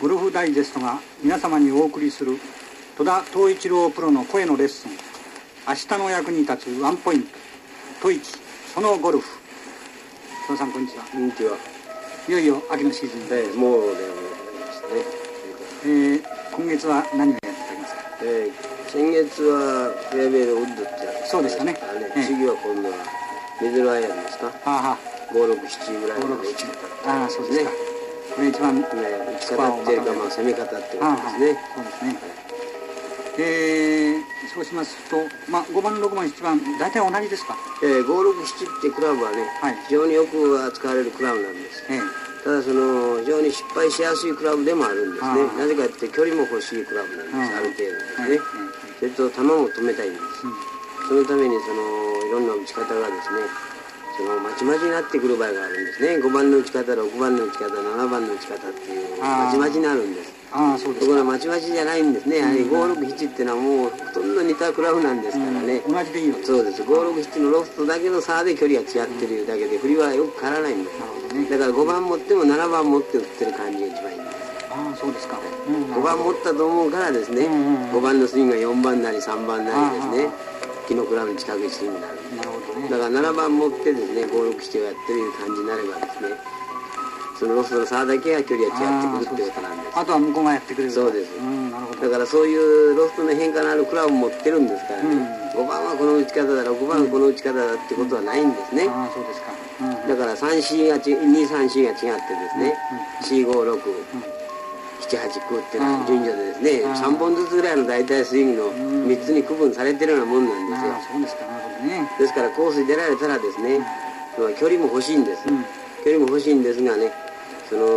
ゴルフダイジェストが皆様にお送りする戸田藤一郎プロの声のレッスン明日の役に立つワンポイント「イ一そのゴルフ」戸田さんこんにちはこんにちは。いよいよ秋のシーズンで、えー、もうね、ましたね。えー今月は何をやっておりますかえー、先月はフェアウェイのウッドってやつそうでしたねあれええ次は今度はミドルアイアンですか。あ五六七ぐらいまで打ちあああそうですかこれ一番方ね、打ち方っていうかまあ攻め方ってことですね。そうですねえー、そうしますと、まあ、5番6番7番大体同じですかえー、五六七ってクラブはね、はい非常によく扱われるクラブなんです。ええただその非常に失敗しやすいクラブでもあるんですあねーなぜかって距離も欲しいクラブなんですうんあるは程度いでうんすねそれと球も止めたいんですそのためにそのいろんな打ち方がですねそのまちまちになってくる場合があるんですね5番の打ち方6番の打ち方7番の打ち方っていうあーまちまちになるんですああそうでとすこかろがまちまちじゃないんですねやはり567ってのはもうほとんど似たクラブなんですからね、うん同じでいいわけですそうです567のロフトだけの差で距離が違ってるだけで振りはよく変わらないんだよなるほどねだから5番持っても7番持って打ってる感じが一番いいんですああそうですか、うん5番持ったと思うからですね、うんうんうん5番のスイングが4番なり3番なりですあね木のクラブに近くいスイングになるなるほどねだから7番持ってですね567をやってる感じになればですねそのロストの差だけが距離が違ってくるってことなんですあとは向こうがやってくれるとそうですうんなるほどだからそういうロフトの変化のあるクラブを持ってるんですからね、うん5番はこの打ち方だ6番はこの打ち方だってことはないんですね、ああそうですか、うんうんだから 3C がち234が違ってですね、456、789っていうのは順序でですね、うん3本ずつぐらいの大体スイングのん3つに区分されてるようなもんなんですよ、ああそうですかなるほどねですからコースに出られたらですね、まあ距離も欲しいんです、うん距離も欲しいんですがねその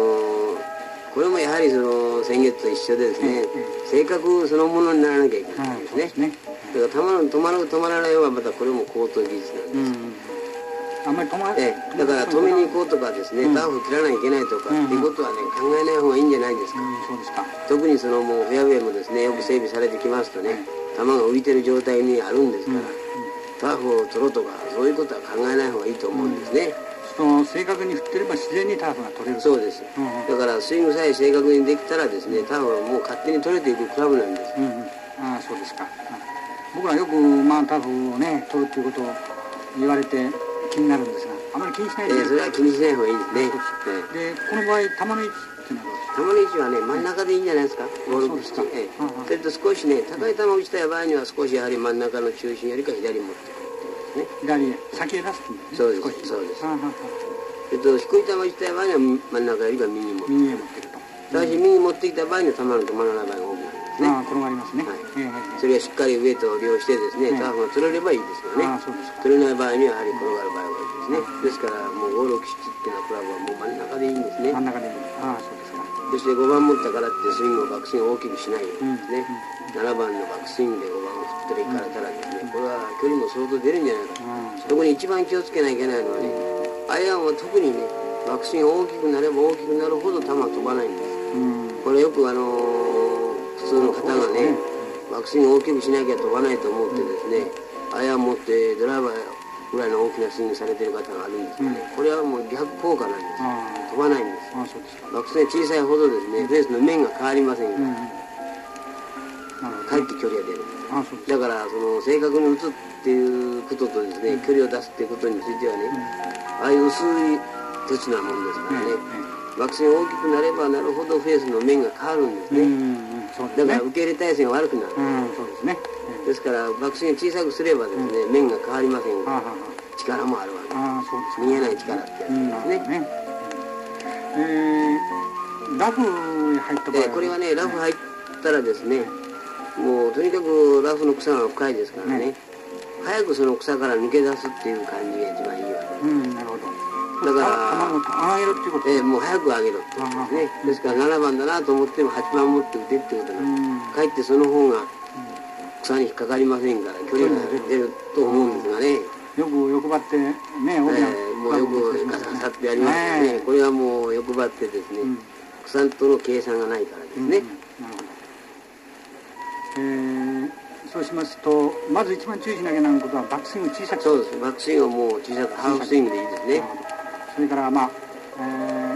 これもやはりその先月と一緒でですね、性格そのものにならなきゃいけないんですうんね,、そうですねだから球の止まる止まらないはまたこれも高等技術なんです、うんあんまり止まええだから止めに行こうとかですね、ターフ切らなきゃいけないとうか、んっていうことはね考えない方がいいんじゃないですうか、んそうですか特にそのもうフェアウェイもですねよく整備されてきますとね、球が浮いてる状態にあるんですから、ターフを取ろうとかそういうことは考えない方がいいと思うんですね、その正確に振ってれば自然にターフが取れるそうでです、うんだからスイングさえ正確にできたらですねターフはもう勝手に取れていくクラブなんですす、うんうん、ああそうですか、うん僕らよく、まあ、ターフをね取るっていうことを言われて気になるんですがあまり気にしなえいで、えそれは気にしない方がいいですね、ええでこの場合球の位置っていうのはどうですか玉ねぎはね真ん中でいいんじゃないですかボーそうルですかええうんうんそれと少しね高い球を打ちたい場合には少しやはり真ん中の中心よりか左に持ってくるってこと左へ先へ出すっていうんだよねそうです少しそうであすああああですねそれと低い球を打ちたい場合には真ん中よりか右に持っあて右へ持ってると、ただし右に持ってきた場合には球の止まらない場合が多くなるんですねああ転がりますね、はいええええそれがしっかり上と利用してですねえターフが取れればいいですよねああそうですか取れない場合にはやはり転がる場合が多いですねですからもう567っていうのはクラブはもう真ん中でいいんですね真ん中でいいああそうですかそして5番持ったからってスイングをバックスイングを大きくしないようにですね、7番のバックスイングで5番を振っていかれたらですね、これは距離も相当出るんじゃないかと、うんそこに一番気をつけなきゃいけないのはねアイアンは特にねバックスイング大きくなれば大きくなるほど球は飛ばないんでうんすこれよくあのー普通の方がねバックスイング大きくしなきゃ飛ばないと思ってですね、アイアン持ってドライバーぐらいの大きなスイングされてる方があるんですけどね、これはもう逆効果なんですあ飛ばないんですあああそうですか惑星小さいほどですねフェースの面が変わりませうんんうんかなるほどらかえって距離が出るああそうですだからその正確に打つっていうこととですね距離を出すっていうことについてはねああいう薄い土地なもんですからねえ惑星大きくなればなるほどフェースの面が変わるんですうんうねんうんそうですだかねら受け入れ体勢が悪くなるうんそうですねえですから惑星を小さくすればですね面が変わりませんえああがあ力もあるわけであああそうですすか見えない力ってやつうんなでするほどねねえーラフに入った場合えーこれはねラフ入ったらですねもうとにかくラフの草が深いですからね、ね早くその草から抜け出すっていう感じが一番いいわうんなるほどだから卵とあげるっていうことけ、えーもう早く上げろってことですねですから7番だなと思っても8番持って打てってことなんですかえってその方が草に引っかかりませんから距離が出ると思うんですがね、よく欲張ってねえ大きなーもうよくガサガサってやりますよねねこれはもう欲張ってですね、ん草との計算がないからですうね、んなるほどえーそうしますとまず一番注意しなきゃならんことはバックスイングを小さくすそるうですバックスイングはもう小さくハーフスイングでいいですね、それからまあ、え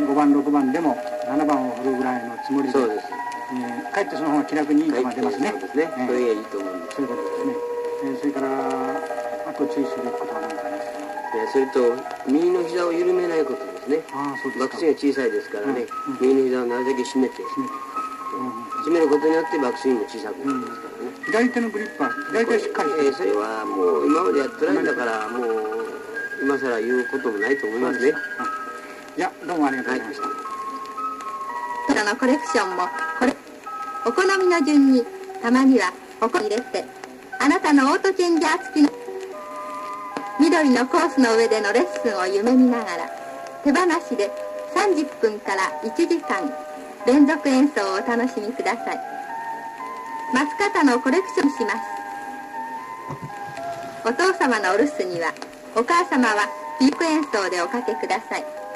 5番6番でも7番を振るぐらいのつもりでそうですえーかえってその方が気楽にいい球が出ますねそうですえねえそれがいいと思うんですそういうことですね、えーそれからあと注意すべきことは何かありますかえそれと右の膝を緩めないことですねああそうです爆か心が小さいですからね、うん右の膝をなるだけ締めて締めてうん締めることによって爆心も小さくなりますからね、左手のグリップは左手はしっかりしてえるーそれはもう今までやってないんだからもう今更言うこともないと思いますねいやどうもありがとうございました、このコレクションもこれお好みの順にたまにはおこ入れてあなたのオートチェンジャー付きの緑のコースの上でのレッスンを夢見ながら手放しで30分から1時間連続演奏をお楽しみください松方のコレクションしますお父様のお留守にはお母様はピーク演奏でおかけください